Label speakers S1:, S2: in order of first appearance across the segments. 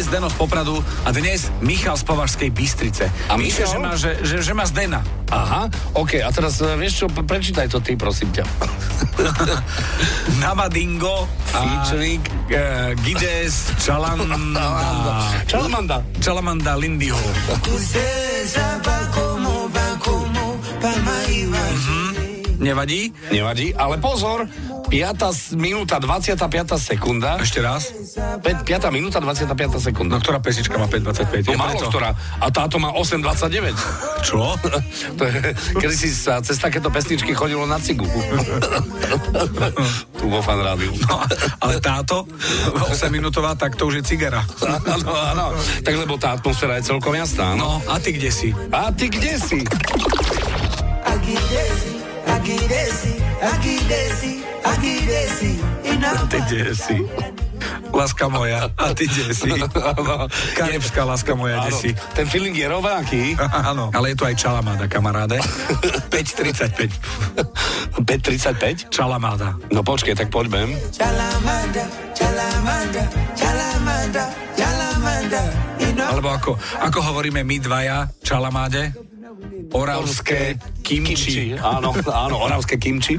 S1: Zdeno z Popradu a dnes Michal z Považskej Bystrice.
S2: A
S1: Píše,
S2: Michal?
S1: že má, že, že, že má Zdena.
S2: Aha, OK, a teraz e, vieš čo, pre- prečítaj to ty, prosím ťa.
S1: Navadingo a
S2: Featuring.
S1: e, Gides Čalamanda.
S2: Čalamanda.
S1: Čalamanda Lindyho. Mhm. Nevadí?
S2: Nevadí, ale pozor, 5. s- minúta 25. sekunda.
S1: Ešte raz.
S2: 5. minúta 25.
S1: No
S2: sekunda.
S1: ktorá pesnička má 5,25?
S2: No
S1: Ja
S2: málo
S1: preto.
S2: ktorá. A táto má 8,29.
S1: Čo?
S2: To je, Kedy si sa cez takéto pesničky chodilo na cigu. tu vo fan rádiu.
S1: No, ale táto, 8 minútová, tak to už je cigara.
S2: Áno, áno. Tak lebo tá atmosféra je celkom jasná.
S1: No,
S2: No.
S1: a ty kde si?
S2: A ty kde si?
S3: Agidesi, agidesi, agidesi, agidesi,
S1: Ty
S3: inapa.
S1: kde si? Láska moja, a ty kde si? Karebská láska moja, kde
S2: Áno,
S1: si?
S2: ten feeling je rovnaký.
S1: Áno. Ale je tu aj Čalamáda, kamaráde. 5.35.
S2: 5.35?
S1: Čalamáda.
S2: No počkej, tak poďme.
S3: Chalamanda, chalamanda, chalamanda, chalamanda, inapa.
S1: Alebo ako, ako hovoríme my dvaja, Čalamáde? Oravské kimči.
S2: Áno, áno, oravské kimči.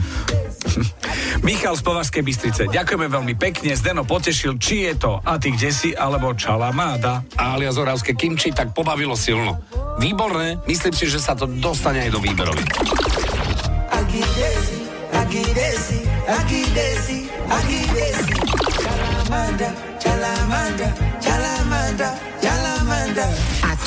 S1: Michal z Považskej Bystrice, ďakujeme veľmi pekne. Zdeno potešil, či je to a ty kde si, alebo Čalamáda.
S2: Alias oravské kimči, tak pobavilo silno. Výborné, myslím si, že sa to dostane aj do výberových.
S3: Agidesi, agidesi, agidesi, agidesi, chalamanda, chalamanda, chalamanda, chalamanda.
S4: A